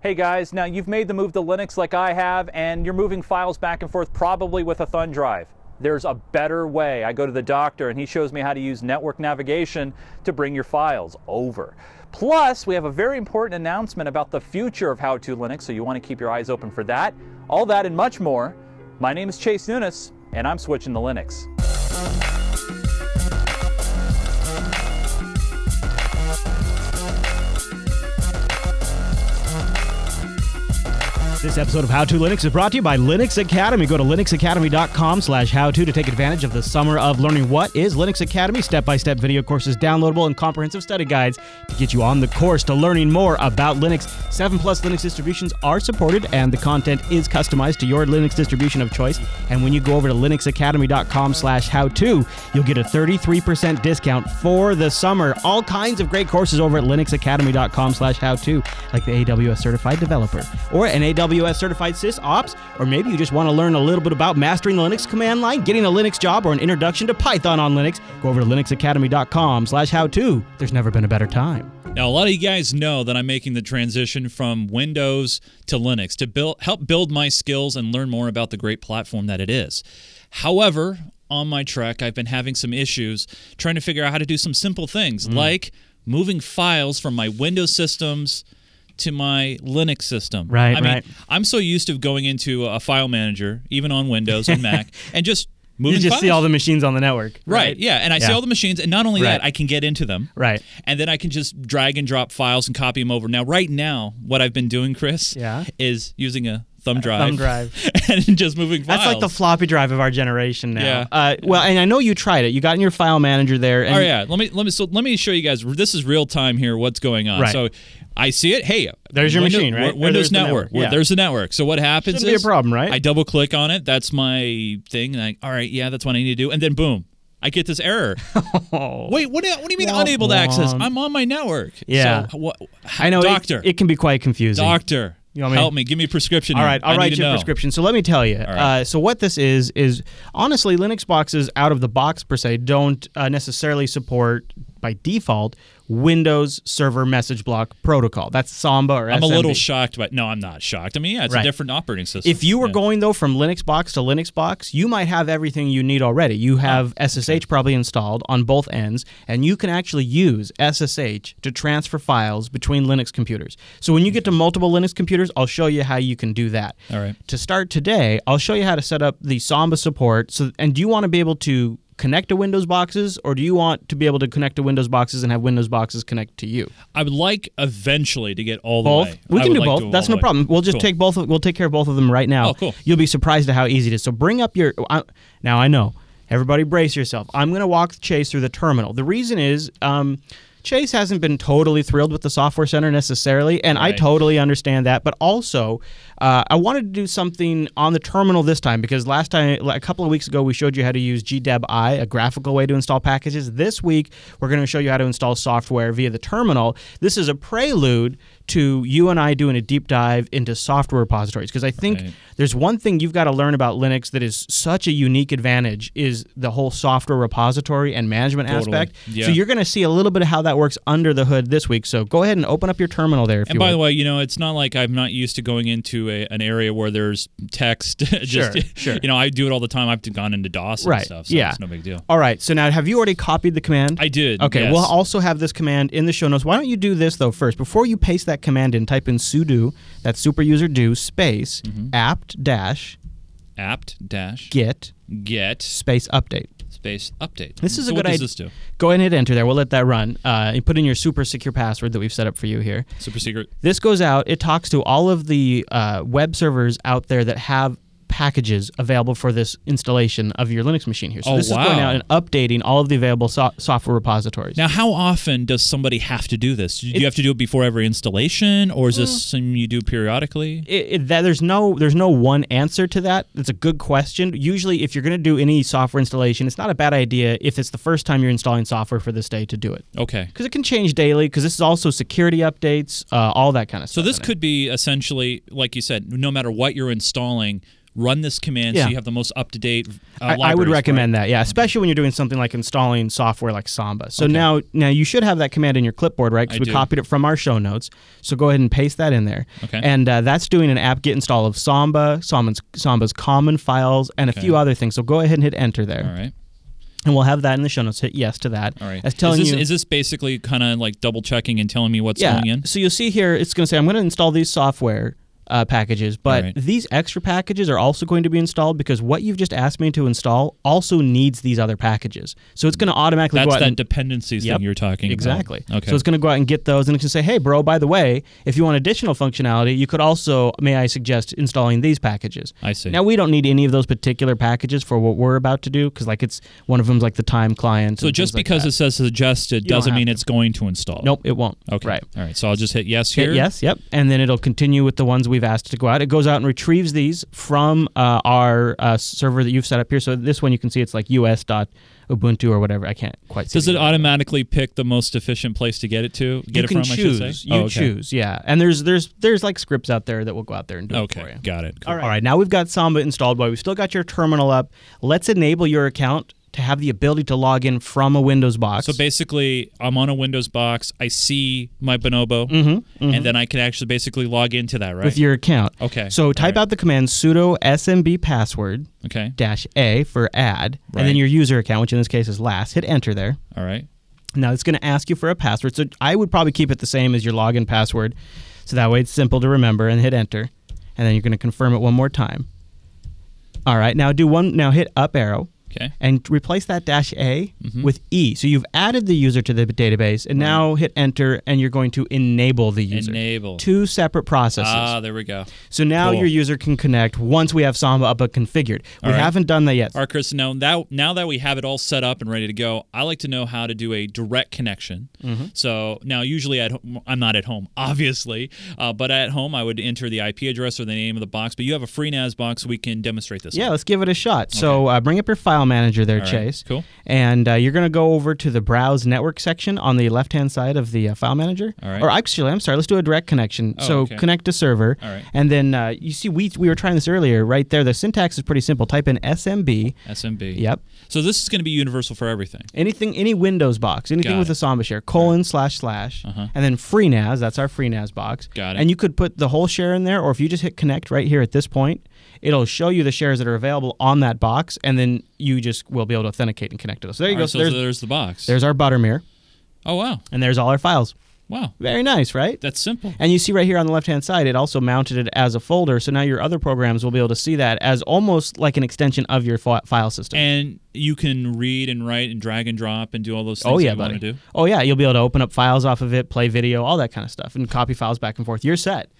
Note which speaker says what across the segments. Speaker 1: hey guys, now you've made the move to Linux like I have, and you're moving files back and forth probably with a thumb drive. There's a better way. I go to the doctor and he shows me how to use network navigation to bring your files over. Plus, we have a very important announcement about the future of How to Linux, so you want to keep your eyes open for that. All that and much more. My name is Chase Nunes, and I'm switching to Linux.
Speaker 2: This episode of How To Linux is brought to you by Linux Academy. Go to linuxacademy.com slash how to to take advantage of the summer of learning what is Linux Academy, step-by-step video courses, downloadable and comprehensive study guides to get you on the course to learning more about Linux. Seven plus Linux distributions are supported and the content is customized to your Linux distribution of choice. And when you go over to linuxacademy.com slash how to, you'll get a 33% discount for the summer. All kinds of great courses over at linuxacademy.com slash how to, like the AWS certified developer or an AWS certified sysops, or maybe you just want to learn a little bit about mastering the Linux command line, getting a Linux job, or an introduction to Python on Linux. Go over to linuxacademy.com slash how to. There's never been a better time.
Speaker 3: Now, a lot of you guys know that I'm making the transition from Windows to Linux to build, help build my skills and learn more about the great platform that it is. However, on my trek, I've been having some issues trying to figure out how to do some simple things
Speaker 2: Mm.
Speaker 3: like moving files from my Windows systems to my Linux system.
Speaker 2: Right,
Speaker 3: I mean,
Speaker 2: right.
Speaker 3: I'm so used to going into a file manager, even on Windows and Mac, and just moving
Speaker 2: You just
Speaker 3: files.
Speaker 2: see all the machines on the network.
Speaker 3: Right. Yeah. And I see
Speaker 2: Yeah.
Speaker 3: all the machines. And not only
Speaker 2: Right.
Speaker 3: that, I can get into them.
Speaker 2: Right.
Speaker 3: And then I can just drag and drop files and copy them over. Now, right now, what I've been doing, Chris,
Speaker 2: Yeah.
Speaker 3: is using a thumb drive.
Speaker 2: thumb drive.
Speaker 3: and just moving files.
Speaker 2: That's like the floppy drive of our generation now.
Speaker 3: Yeah.
Speaker 2: Uh, well, and I know you tried it. You got in your file manager there. And
Speaker 3: Oh yeah, let me let me so let me show you guys. This is real time here. What's going on?
Speaker 2: Right.
Speaker 3: So, I see it. Hey,
Speaker 2: There's your
Speaker 3: Windows-
Speaker 2: machine, right?
Speaker 3: Windows
Speaker 2: Or there's the
Speaker 3: network.
Speaker 2: network. Yeah.
Speaker 3: There's the network. So what happens?
Speaker 2: Shouldn't be a
Speaker 3: is
Speaker 2: problem, right?
Speaker 3: I double click on it. That's my thing. And I, all right, yeah, that's what I need to do. And then boom, I get this error.
Speaker 2: Oh.
Speaker 3: Wait, what? do you- What do you mean
Speaker 2: Womp
Speaker 3: unable to access?
Speaker 2: womp.
Speaker 3: I'm on my network.
Speaker 2: um, Yeah.
Speaker 3: So, what,
Speaker 2: I know it-
Speaker 3: doctor.
Speaker 2: It, can be quite confusing.
Speaker 3: doctor,
Speaker 2: You want me-
Speaker 3: help me. Give me a prescription.
Speaker 2: All
Speaker 3: here.
Speaker 2: right,
Speaker 3: I
Speaker 2: I'll
Speaker 3: need
Speaker 2: write
Speaker 3: to
Speaker 2: you a
Speaker 3: know.
Speaker 2: prescription. So let me tell you.
Speaker 3: right.
Speaker 2: Uh, so what this is is honestly, Linux boxes out of the box per se don't uh, necessarily support by default Windows Server Message Block Protocol. That's Samba or
Speaker 3: I'm a
Speaker 2: SMB.
Speaker 3: little shocked, but no, I'm not shocked. I mean, yeah, it's
Speaker 2: Right.
Speaker 3: a different operating system.
Speaker 2: If you were
Speaker 3: Yeah.
Speaker 2: going though from Linux box to Linux box, you might have everything you need already.
Speaker 3: Ah,
Speaker 2: You have SSH probably installed on both ends, and you can actually use SSH to transfer files between Linux computers. So when you get to multiple Linux computers, I'll show you how you can do that.
Speaker 3: All right.
Speaker 2: To start today, I'll show you how to set up the Samba support. So and do you want to be able to connect to Windows boxes or do you want to be able to connect to Windows boxes and have Windows boxes connect to you?
Speaker 3: I would like eventually to get all the
Speaker 2: both.
Speaker 3: way.
Speaker 2: We
Speaker 3: I
Speaker 2: can
Speaker 3: would
Speaker 2: do
Speaker 3: like to
Speaker 2: both.
Speaker 3: all
Speaker 2: That's
Speaker 3: the
Speaker 2: no
Speaker 3: way.
Speaker 2: problem. We'll just
Speaker 3: Cool.
Speaker 2: take both. Of, we'll take care of both of them right now.
Speaker 3: Oh, cool.
Speaker 2: You'll be surprised at how easy it is. So bring up your. I, now I know. Everybody, brace yourself. I'm going to walk Chase through the terminal. The reason is. Um, Chase hasn't been totally thrilled with the software center necessarily, and I
Speaker 3: Right.
Speaker 2: totally understand that. But also, uh, I wanted to do something on the terminal this time because last time, a couple of weeks ago, we showed you how to use GDEB-i, a graphical way to install packages. This week, we're going to show you how to install software via the terminal. This is a prelude to you and I doing a deep dive into software repositories because I think
Speaker 3: Right.
Speaker 2: there's one thing you've got to learn about Linux that is such a unique advantage is the whole software repository and management
Speaker 3: Totally.
Speaker 2: aspect.
Speaker 3: Yeah.
Speaker 2: So you're going to see a little bit of how that works under the hood this week. So go ahead and open up your terminal there. If
Speaker 3: And
Speaker 2: you
Speaker 3: by
Speaker 2: would.
Speaker 3: the way, you know, it's not like I'm not used to going into a, an area where there's text. just,
Speaker 2: Sure, sure.
Speaker 3: You know, I do it all the time. I've gone into DOS
Speaker 2: right,
Speaker 3: and stuff, so
Speaker 2: yeah,
Speaker 3: it's no big deal.
Speaker 2: All right. So now, have you already copied the command?
Speaker 3: I did.
Speaker 2: Okay,
Speaker 3: yes.
Speaker 2: we'll also have this command in the show notes. Why don't you do this though first? Before you paste that command in, type in sudo, that's super user do space
Speaker 3: Mm-hmm.
Speaker 2: apt dash
Speaker 3: apt dash
Speaker 2: get
Speaker 3: get
Speaker 2: space update.
Speaker 3: space update.
Speaker 2: This is
Speaker 3: So
Speaker 2: a
Speaker 3: what
Speaker 2: good
Speaker 3: does
Speaker 2: idea.
Speaker 3: this do?
Speaker 2: Go ahead and hit enter there. We'll let that run. Uh, and put in your super secure password that we've set up for you here.
Speaker 3: Super secret.
Speaker 2: This goes out. It talks to all of the uh, web servers out there that have packages available for this installation of your Linux machine here. So
Speaker 3: Oh,
Speaker 2: this is going
Speaker 3: wow.
Speaker 2: out and updating all of the available so- software repositories.
Speaker 3: Now, how often does somebody have to do this? Do you have to do it before every installation, or is
Speaker 2: Mm.
Speaker 3: this something you do periodically?
Speaker 2: it, it, that there's no there's no one answer to that. That's a good question. Usually, if you're going to do any software installation, it's not a bad idea if it's the first time you're installing software for this day to do it
Speaker 3: Okay.
Speaker 2: because it can change daily. Because this is also security updates, uh, all that kind of
Speaker 3: So
Speaker 2: stuff.
Speaker 3: this
Speaker 2: in it.
Speaker 3: could be essentially, like you said, no matter what you're installing, run this command
Speaker 2: Yeah.
Speaker 3: so you have the most up to date. Uh,
Speaker 2: I, I
Speaker 3: libraries,
Speaker 2: would
Speaker 3: right?
Speaker 2: recommend that, yeah, especially when you're doing something like installing software like Samba. So now, now you should have that command in your clipboard, right?
Speaker 3: I
Speaker 2: Because we
Speaker 3: do.
Speaker 2: copied it from our show notes. So go ahead and paste that in there.
Speaker 3: Okay.
Speaker 2: And uh, that's doing an apt get install of Samba, Samba's, Samba's common files, and a few other things. So go ahead and hit enter there,
Speaker 3: All right.
Speaker 2: and we'll have that in the show notes. Hit yes to that.
Speaker 3: All right.
Speaker 2: That's telling
Speaker 3: is this,
Speaker 2: you.
Speaker 3: is this basically kind of like double checking and telling me what's
Speaker 2: yeah.
Speaker 3: going in?
Speaker 2: So you'll see here, it's going to say I'm going to install these software. Uh, packages, but
Speaker 3: Alright.
Speaker 2: these extra packages are also going to be installed because what you've just asked me to install also needs these other packages. So it's going to automatically go
Speaker 3: That's
Speaker 2: out
Speaker 3: that
Speaker 2: and-
Speaker 3: dependencies
Speaker 2: Yep.
Speaker 3: thing you're talking
Speaker 2: exactly.
Speaker 3: about. Okay.
Speaker 2: So it's going to go out and get those, and it's going to say, "Hey, bro, by the way, if you want additional functionality, you could also, may I suggest, installing these packages."
Speaker 3: I see.
Speaker 2: Now we don't need any of those particular packages for what we're about to do because, like, it's one of them's like the time client.
Speaker 3: so
Speaker 2: and
Speaker 3: just
Speaker 2: things like
Speaker 3: because
Speaker 2: that.
Speaker 3: it says suggested
Speaker 2: You don't
Speaker 3: doesn't
Speaker 2: have
Speaker 3: mean
Speaker 2: to.
Speaker 3: it's going to install.
Speaker 2: nope, it won't.
Speaker 3: Okay.
Speaker 2: Right.
Speaker 3: All right. So I'll just hit yes
Speaker 2: Hit
Speaker 3: here.
Speaker 2: yes, yep, and then it'll continue with the ones we've asked to go out. It goes out and retrieves these from uh, our uh, server that you've set up here. So this one you can see it's like us.ubuntu or whatever. I can't quite see.
Speaker 3: Does it
Speaker 2: exact-
Speaker 3: automatically pick the most efficient place to get it to? Get
Speaker 2: you
Speaker 3: it
Speaker 2: can
Speaker 3: from?
Speaker 2: choose.
Speaker 3: I should say.
Speaker 2: You
Speaker 3: Oh, okay.
Speaker 2: choose, yeah. And there's there's there's like scripts out there that will go out there and do it for
Speaker 3: Okay.
Speaker 2: you.
Speaker 3: Got it.
Speaker 2: All right. Now we've got Samba installed. While we've still got your terminal up, let's enable your account to have the ability to log in from a Windows box.
Speaker 3: So basically, I'm on a Windows box. I see my Bonobo, and then I can actually basically log into that, right?
Speaker 2: Mm-hmm, with your account.
Speaker 3: Okay.
Speaker 2: So type
Speaker 3: All right.
Speaker 2: out the command sudo smb password
Speaker 3: okay.
Speaker 2: dash a for add, and
Speaker 3: Right.
Speaker 2: then your user account, which in this case is last. Hit enter there.
Speaker 3: All right.
Speaker 2: Now it's going to ask you for a password. So I would probably keep it the same as your login password. So that way it's simple to remember and hit enter. And then you're going to confirm it one more time. All right. Now do one now hit up arrow
Speaker 3: Okay. Mm-hmm.
Speaker 2: and replace that dash A with E. So you've added the user to the database and now hit enter and you're going to enable the user.
Speaker 3: Enable.
Speaker 2: Two separate processes.
Speaker 3: Ah, there we go.
Speaker 2: so now
Speaker 3: cool.
Speaker 2: your user can connect once we have Samba up and configured. We
Speaker 3: right.
Speaker 2: haven't done that yet.
Speaker 3: All right, Chris. Now that now that we have it all set up and ready to go, I like to know how to do a direct connection.
Speaker 2: Mm-hmm.
Speaker 3: So now, usually at home, I'm not at home, obviously, uh, but at home I would enter the IP address or the name of the box. But you have a free NAS box, we can demonstrate this.
Speaker 2: Yeah, let's give it a shot. So uh, bring up your file manager there,
Speaker 3: right,
Speaker 2: Chase.
Speaker 3: cool.
Speaker 2: And uh, you're going to go over to the browse network section on the left hand side of the uh, file manager.
Speaker 3: All right. Oh,
Speaker 2: Or actually, I'm sorry, let's do a direct connection. so
Speaker 3: okay.
Speaker 2: connect to server.
Speaker 3: All right.
Speaker 2: And then uh, you see, we, we were trying this earlier right there. The syntax is pretty simple. Type in SMB.
Speaker 3: SMB.
Speaker 2: Yep.
Speaker 3: So this is going to be universal for everything.
Speaker 2: Anything, any Windows box, anything
Speaker 3: Got
Speaker 2: with
Speaker 3: it.
Speaker 2: a Samba share, colon slash slash,
Speaker 3: Uh-huh.
Speaker 2: and then free NAS. That's our free NAS box.
Speaker 3: Got it.
Speaker 2: And you could put the whole share in there, or if you just hit connect right here at this point, it'll show you the shares that are available on that box, and then you just will be able to authenticate and connect to those. So there you
Speaker 3: All
Speaker 2: go.
Speaker 3: right,
Speaker 2: So
Speaker 3: so
Speaker 2: there's,
Speaker 3: there's the box.
Speaker 2: there's our Buttermere,
Speaker 3: oh wow,
Speaker 2: and there's all our files.
Speaker 3: wow,
Speaker 2: Very nice, right?
Speaker 3: that's simple.
Speaker 2: And you see right here on the left hand side, it also mounted it as a folder. So now your other programs will be able to see that as almost like an extension of your fi- file system.
Speaker 3: And you can read and write and drag and drop and do all those things
Speaker 2: Oh
Speaker 3: that
Speaker 2: yeah,
Speaker 3: you want
Speaker 2: buddy.
Speaker 3: to do.
Speaker 2: Oh yeah, you'll be able to open up files off of it, play video, all that kind of stuff, and copy files back and forth. You're set.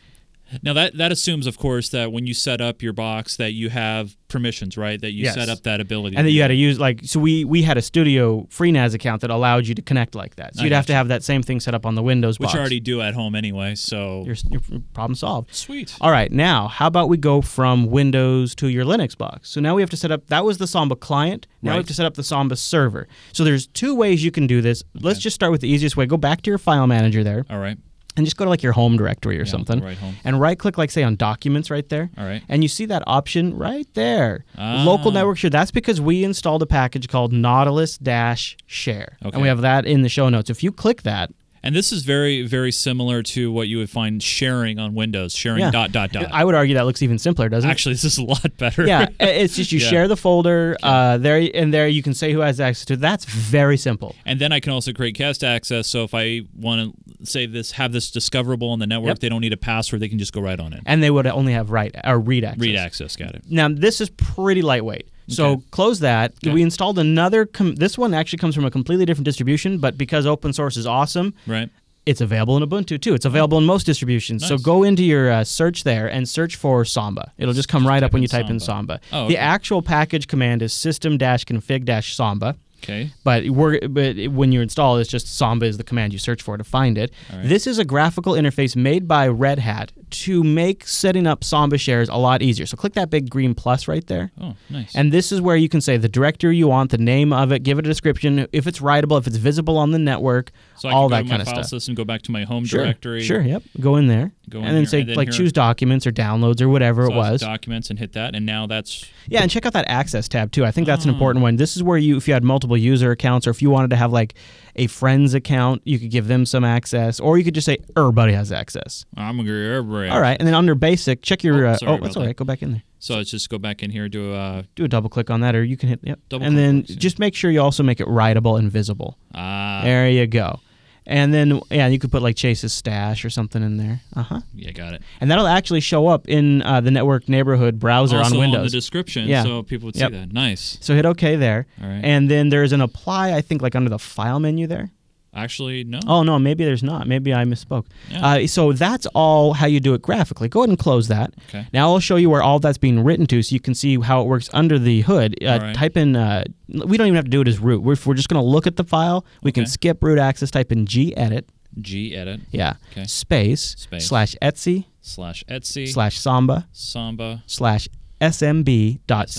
Speaker 3: Now that that assumes, of course, that when you set up your box, that you have permissions, right? That you
Speaker 2: Yes.
Speaker 3: set up that ability, to
Speaker 2: And then
Speaker 3: do
Speaker 2: you had
Speaker 3: that.
Speaker 2: to use like so we we had a studio FreeNAS account that allowed you to connect like that. So
Speaker 3: I
Speaker 2: you'd have to
Speaker 3: gotcha.
Speaker 2: have that same thing set up on the Windows
Speaker 3: which
Speaker 2: box.
Speaker 3: you already do at home anyway. So
Speaker 2: your, your problem solved.
Speaker 3: sweet.
Speaker 2: All right, now how about we go from Windows to your Linux box? So now we have to set up that was the Samba client. Now we
Speaker 3: Right.
Speaker 2: have to set up the Samba server. So there's two ways you can do this. Let's just start with the easiest way. Go back to your file manager there.
Speaker 3: All right.
Speaker 2: and just go to like your home directory or something
Speaker 3: right home.
Speaker 2: and right click like say on documents right there
Speaker 3: All right.
Speaker 2: and you see that option right there local
Speaker 3: Ah.
Speaker 2: network share that's because we installed a package called nautilus dash share and
Speaker 3: Okay.
Speaker 2: we have that in the show notes if you click that
Speaker 3: And this is very very similar to what you would find sharing on Windows, sharing
Speaker 2: yeah,
Speaker 3: dot dot dot.
Speaker 2: i would argue that looks even simpler doesn't
Speaker 3: Ah.
Speaker 2: it
Speaker 3: Actually, this is a lot better.
Speaker 2: yeah i- it's just you
Speaker 3: Yeah.
Speaker 2: share the folder uh, there and there you can say who has access to it. that's very simple
Speaker 3: And then I can also create guest access. So if I want to save this, have this discoverable on the network,
Speaker 2: Yep.
Speaker 3: they don't need a password. They can just go right on it.
Speaker 2: and they would only have write or read access
Speaker 3: Read access. Got it.
Speaker 2: Now this is pretty lightweight. So
Speaker 3: Okay.
Speaker 2: close that.
Speaker 3: Okay.
Speaker 2: We installed another. Com- this one actually comes from a completely different distribution, but because open source is awesome,
Speaker 3: Right.
Speaker 2: it's available in Ubuntu too. It's available in most distributions. So
Speaker 3: Nice.
Speaker 2: go into your uh, search there and search for Samba. It'll just come right up when you type in Samba.
Speaker 3: Oh, okay.
Speaker 2: The actual package command is system-config-samba.
Speaker 3: Okay.
Speaker 2: But we're but when you install, it, it's just Samba is the command you search for to find it. This is a graphical interface made by Red Hat to make setting up Samba shares a lot easier. So click that big green plus right there.
Speaker 3: Oh, nice.
Speaker 2: And this is where you can say the directory you want, the name of it, give it a description, if it's writable, if it's visible on the network,
Speaker 3: so I
Speaker 2: all
Speaker 3: can
Speaker 2: that
Speaker 3: go
Speaker 2: kind
Speaker 3: to my
Speaker 2: of
Speaker 3: file
Speaker 2: stuff.
Speaker 3: system, go back to my home
Speaker 2: Sure.
Speaker 3: directory.
Speaker 2: Sure. Yep. Go in there.
Speaker 3: Go in
Speaker 2: and then
Speaker 3: there,
Speaker 2: say
Speaker 3: and then
Speaker 2: like
Speaker 3: here-
Speaker 2: choose documents or downloads or whatever
Speaker 3: So
Speaker 2: it
Speaker 3: I
Speaker 2: was.
Speaker 3: documents and hit that, and now that's
Speaker 2: yeah, and check out that access tab too. I think that's an
Speaker 3: Mm.
Speaker 2: important one. This is where you if you had multiple user accounts or if you wanted to have like a friend's account, you could give them some access or you could just say everybody has access.
Speaker 3: I'm agree.
Speaker 2: All right. And then under basic, check your
Speaker 3: Oh,
Speaker 2: uh,
Speaker 3: sorry
Speaker 2: Oh,
Speaker 3: about
Speaker 2: that's
Speaker 3: that.
Speaker 2: all right. Go back in there.
Speaker 3: So let's just go back in here do uh
Speaker 2: Do a double click on that or you can hit yep.
Speaker 3: Double
Speaker 2: and
Speaker 3: click
Speaker 2: then
Speaker 3: works, yeah.
Speaker 2: just make sure you also make it writable and visible.
Speaker 3: ah
Speaker 2: There you go. And then yeah, you could put like Chase's stash or something in there. Uh-huh.
Speaker 3: yeah got it.
Speaker 2: And that'll actually show up in uh, the network neighborhood browser
Speaker 3: also
Speaker 2: on
Speaker 3: the
Speaker 2: Windows.
Speaker 3: description,
Speaker 2: Yeah.
Speaker 3: so people would
Speaker 2: Yep.
Speaker 3: see that. Nice.
Speaker 2: so hit OK there.
Speaker 3: All right.
Speaker 2: And then there's an apply, I think, like under the file menu there.
Speaker 3: Actually, no.
Speaker 2: Oh, no, maybe there's not. Maybe I misspoke.
Speaker 3: Yeah.
Speaker 2: Uh, so that's all how you do it graphically. Go ahead and close that.
Speaker 3: Okay.
Speaker 2: Now I'll show you where all that's being written to so you can see how it works under the hood. Uh,
Speaker 3: All right.
Speaker 2: Type in, uh, we don't even have to do it as root. We're, if we're just going to look at the file. We can
Speaker 3: Okay.
Speaker 2: skip root access, type in gedit.
Speaker 3: G edit
Speaker 2: Yeah.
Speaker 3: Okay.
Speaker 2: Space,
Speaker 3: Space.
Speaker 2: slash Etsy
Speaker 3: slash Etsy
Speaker 2: slash Samba
Speaker 3: samba
Speaker 2: slash smb dot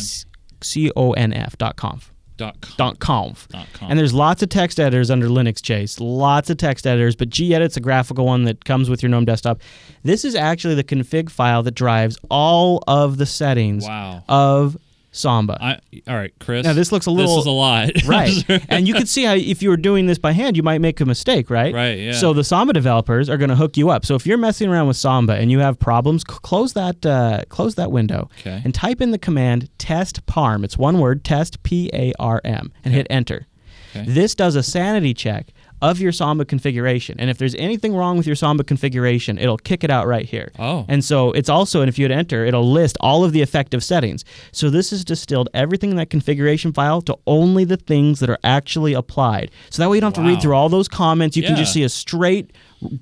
Speaker 2: conf dot conf
Speaker 3: dot com.
Speaker 2: dot conf.
Speaker 3: Dot com.
Speaker 2: And there's lots of text editors under Linux Chase, lots of text editors, but gedit's a graphical one that comes with your GNOME desktop. This is actually the config file that drives all of the settings
Speaker 3: Wow.
Speaker 2: of Samba.
Speaker 3: I all right, Chris.
Speaker 2: Now, this looks a little-
Speaker 3: This is a lot.
Speaker 2: Right. and you could see how if you were doing this by hand, you might make a mistake, right?
Speaker 3: Right, yeah.
Speaker 2: So the Samba developers are going to hook you up. So if you're messing around with Samba and you have problems, c- close that uh, close that window
Speaker 3: Okay.
Speaker 2: and type in the command test parm. It's one word, test P A R M and hit enter.
Speaker 3: Okay.
Speaker 2: This does a sanity check of your Samba configuration. And if there's anything wrong with your Samba configuration, it'll kick it out right here.
Speaker 3: Oh.
Speaker 2: And so it's also, and if you hit enter, it'll list all of the effective settings. So this is distilled everything in that configuration file to only the things that are actually applied. So that way you don't have to
Speaker 3: Wow.
Speaker 2: read through all those comments. You can just
Speaker 3: Yeah.
Speaker 2: see a straight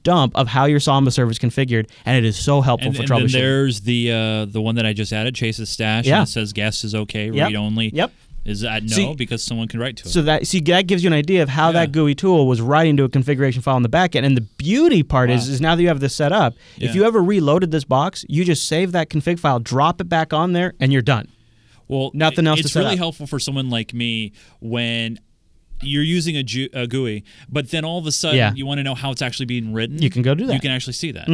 Speaker 2: dump of how your Samba server is configured, and it is so helpful
Speaker 3: and,
Speaker 2: for
Speaker 3: and then
Speaker 2: troubleshooting.
Speaker 3: there's the uh, the one that I just added, Chase's stash.
Speaker 2: Yeah.
Speaker 3: And it says guest is okay,
Speaker 2: Yep.
Speaker 3: read only.
Speaker 2: Yep.
Speaker 3: Is that no?
Speaker 2: See-
Speaker 3: because someone can write to it.
Speaker 2: So that see that gives you an idea of how
Speaker 3: Yeah.
Speaker 2: that GUI tool was writing to a configuration file in the backend. And the beauty part is,
Speaker 3: Wow.
Speaker 2: is now that you have this set up,
Speaker 3: Yeah.
Speaker 2: if you ever reloaded this box, you just save that config file, drop it back on there, and you're done.
Speaker 3: Well,
Speaker 2: Nothing
Speaker 3: it-
Speaker 2: else to
Speaker 3: It's
Speaker 2: set
Speaker 3: really
Speaker 2: up.
Speaker 3: helpful for someone like me when you're using a, ju- a GUI, but then all of a sudden
Speaker 2: Yeah.
Speaker 3: you want to know how it's actually being written.
Speaker 2: You can go do
Speaker 3: You
Speaker 2: that. Mm-hmm.
Speaker 3: can actually see that.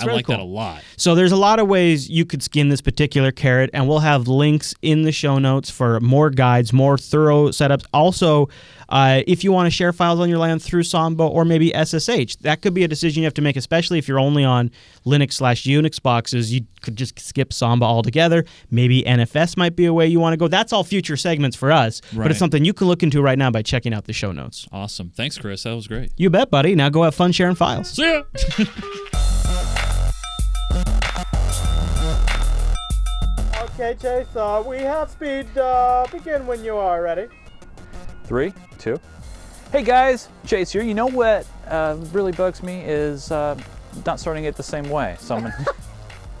Speaker 3: I
Speaker 2: really
Speaker 3: like that a
Speaker 2: cool.
Speaker 3: lot.
Speaker 2: So there's a lot of ways you could skin this particular carrot, and we'll have links in the show notes for more guides, more thorough setups. Also, uh, if you want to share files on your LAN through Samba or maybe SSH, that could be a decision you have to make, especially if you're only on Linux slash Unix boxes. You could just skip Samba altogether. Maybe NFS might be a way you want to go. That's all future segments for us, but
Speaker 3: Right.
Speaker 2: it's something you can look into right now by checking out the show notes.
Speaker 3: Awesome. Thanks, Chris. That was great.
Speaker 2: You bet, buddy. Now go have fun sharing files.
Speaker 3: See ya.
Speaker 4: Okay, Chase, uh, we have speed. Uh, begin when you are ready.
Speaker 1: Three, two. Hey guys, Chase here. You know what uh, really bugs me is uh, not starting it the same way. So I'm gonna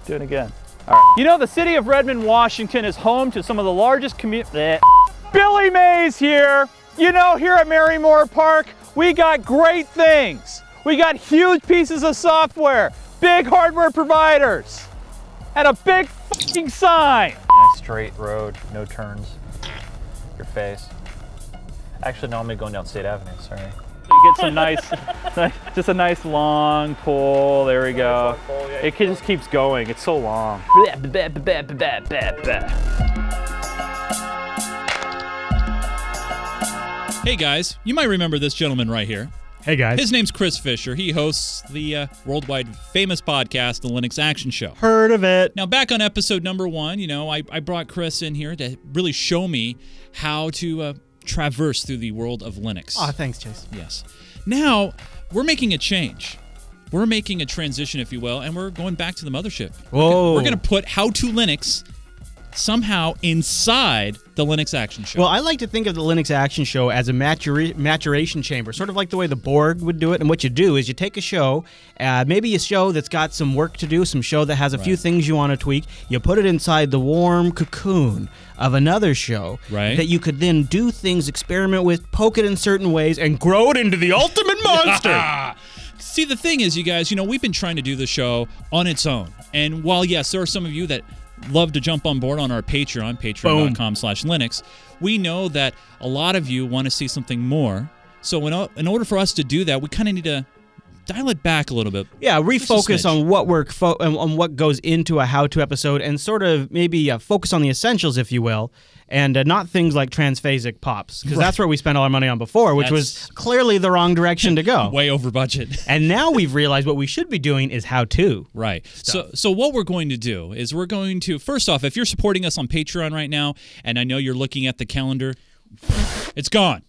Speaker 1: do it again. All right. You know, the city of Redmond, Washington is home to some of the largest community. Billy Mays here. You know, here at Marymore Park, we got great things. We got huge pieces of software, big hardware providers, and a big fucking sign.
Speaker 5: nice straight road, no turns, your face. Actually, no, I'm gonna go down State Avenue. Sorry.
Speaker 1: You get some nice, just a nice long pull. There we go. It can- just keeps going. It's so long.
Speaker 3: hey, guys. You might remember this gentleman right here.
Speaker 2: Hey, guys.
Speaker 3: His name's Chris Fisher. He hosts the uh, worldwide famous podcast, The Linux Action Show.
Speaker 2: Heard of it.
Speaker 3: Now, back on episode number one, you know, I, I brought Chris in here to really show me how to uh, traverse through the world of Linux.
Speaker 2: Aw, thanks, Chase.
Speaker 3: Yes. Now we're making a change. We're making a transition, if you will, and we're going back to the mothership.
Speaker 2: Whoa.
Speaker 3: We're going to put how to Linux somehow inside the Linux Action Show.
Speaker 2: Well, I like to think of the Linux Action Show as a matura- maturation chamber, sort of like the way the Borg would do it. And what you do is you take a show, uh, maybe a show that's got some work to do, some show that has a few things you want to tweak. You put it inside the warm cocoon of another show
Speaker 3: Right.
Speaker 2: that you could then do things, experiment with, poke it in certain ways, and grow it into the ultimate monster.
Speaker 3: Ah. See, the thing is, you guys, you know, we've been trying to do the show on its own. And while, yes, there are some of you that love to jump on board on our Patreon, patreon.com slash Linux, we know that a lot of you want to see something more. So in, o- in order for us to do that, we kind of need to dial it back a little bit.
Speaker 2: Yeah,
Speaker 3: snitch.
Speaker 2: refocus on what work fo- on on what goes into a how-to episode, and sort of maybe uh, focus on the essentials, if you will, and uh, not things like transphasic pops, because that's where we spent all our money on before, which was
Speaker 3: That's-
Speaker 2: clearly the wrong direction to go.
Speaker 3: Way over budget.
Speaker 2: and now we've realized what we should be doing is how-to.
Speaker 3: Right. So so what we're going to do is we're going to first off, if you're supporting us on Patreon right now, and I know you're looking at the calendar, it's gone.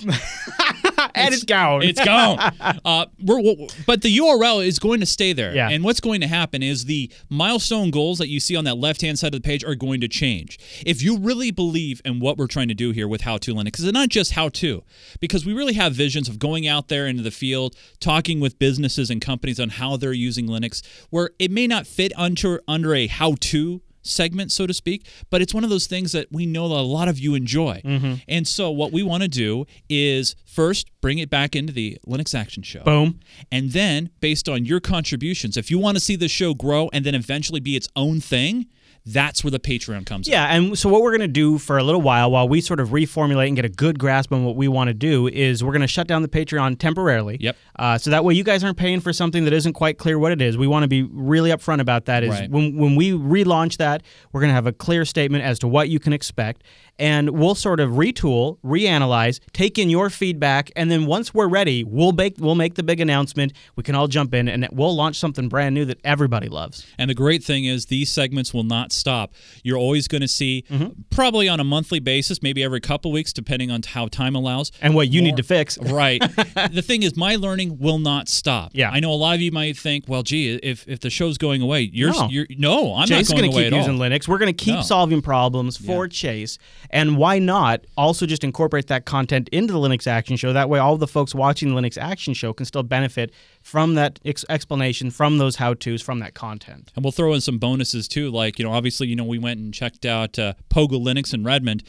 Speaker 2: and it's gone.
Speaker 3: It's gone. Uh, we're, we but the URL is going to stay there.
Speaker 2: Yeah.
Speaker 3: And what's going to happen is the milestone goals that you see on that left hand side of the page are going to change. If you really believe in what we're trying to do here with How to Linux, 'cause it's not just how to, because we really have visions of going out there into the field, talking with businesses and companies on how they're using Linux, where it may not fit under, under a how to segment, so to speak, but it's one of those things that we know that a lot of you enjoy. And so, what we want to do is first bring it back into the Linux Action Show.
Speaker 2: Boom.
Speaker 3: And then, based on your contributions, if you want to see the show grow and then eventually be its own thing, that's where the Patreon comes in.
Speaker 2: Yeah, and so what we're going to do for a little while, while we sort of reformulate and get a good grasp on what we want to do, is we're going to shut down the Patreon temporarily.
Speaker 3: Yep.
Speaker 2: Uh, so that way you guys aren't paying for something that isn't quite clear what it is. We want to be really upfront about that. Is
Speaker 3: Right.
Speaker 2: when when we relaunch that, we're going to have a clear statement as to what you can expect, and we'll sort of retool, reanalyze, take in your feedback, and then once we're ready, we'll make we'll make the big announcement. We can all jump in, and we'll launch something brand new that everybody loves.
Speaker 3: And the great thing is, these segments will not stop. You're always going to see,
Speaker 2: Mm-hmm.
Speaker 3: probably on a monthly basis, maybe every couple weeks, depending on how time allows.
Speaker 2: And what you
Speaker 3: more-
Speaker 2: need to fix.
Speaker 3: right. the thing is, my learning will not stop.
Speaker 2: Yeah.
Speaker 3: I know a lot of you might think, well, gee, if if the show's going away, you're
Speaker 2: No.
Speaker 3: you're no, I'm
Speaker 2: Chase
Speaker 3: not
Speaker 2: is
Speaker 3: going
Speaker 2: going to
Speaker 3: away
Speaker 2: keep
Speaker 3: at
Speaker 2: using
Speaker 3: all.
Speaker 2: Linux. We're going to keep
Speaker 3: No.
Speaker 2: solving problems for Chase. And why not also just incorporate that content into the Linux Action Show? That way, all the folks watching the Linux Action Show can still benefit from that ex- explanation, from those how tos, from that content.
Speaker 3: And we'll throw in some bonuses too, like you know, obviously, you know, we went and checked out uh, Pogo Linux in Redmond.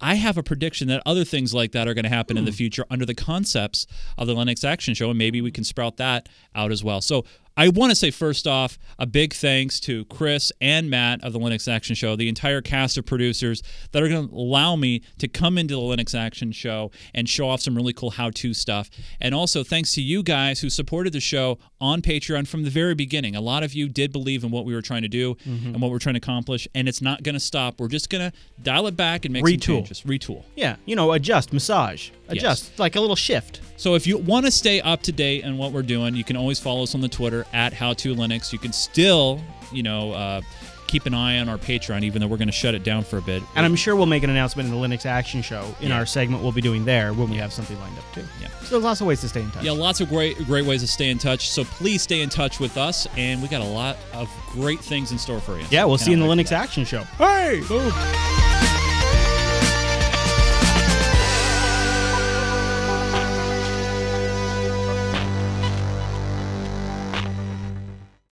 Speaker 3: I have a prediction that other things like that are going to happen in the future under the concepts of the Linux Action Show, and maybe we can sprout that out as well. So. I want to say first off a big thanks to Chris and Matt of the Linux Action Show, the entire cast of producers that are going to allow me to come into the Linux Action Show and show off some really cool how-to stuff. And also thanks to you guys who supported the show on Patreon from the very beginning. A lot of you did believe in what we were trying to do and what we're trying to accomplish, and it's not going to stop. We're just going to dial it back and make
Speaker 2: Retool.
Speaker 3: some changes. Retool.
Speaker 2: Yeah, you know, adjust, massage, adjust, like a little shift.
Speaker 3: So if you want to stay up to date on what we're doing, you can always follow us on the Twitter at HowToLinux. You can still, you know, uh, keep an eye on our Patreon, even though we're going to shut it down for a bit.
Speaker 2: And I'm sure we'll make an announcement in the Linux Action Show in
Speaker 3: Yeah.
Speaker 2: our segment we'll be doing there when we have something lined up too.
Speaker 3: Yeah.
Speaker 2: So there's lots of ways to stay in touch.
Speaker 3: yeah, lots of great great ways to stay in touch. So please stay in touch with us, and we got a lot of great things in store for you.
Speaker 2: yeah we'll
Speaker 3: Cannot
Speaker 2: see you in the
Speaker 3: wait for
Speaker 2: Linux
Speaker 3: that.
Speaker 2: Action Show.
Speaker 3: Boom.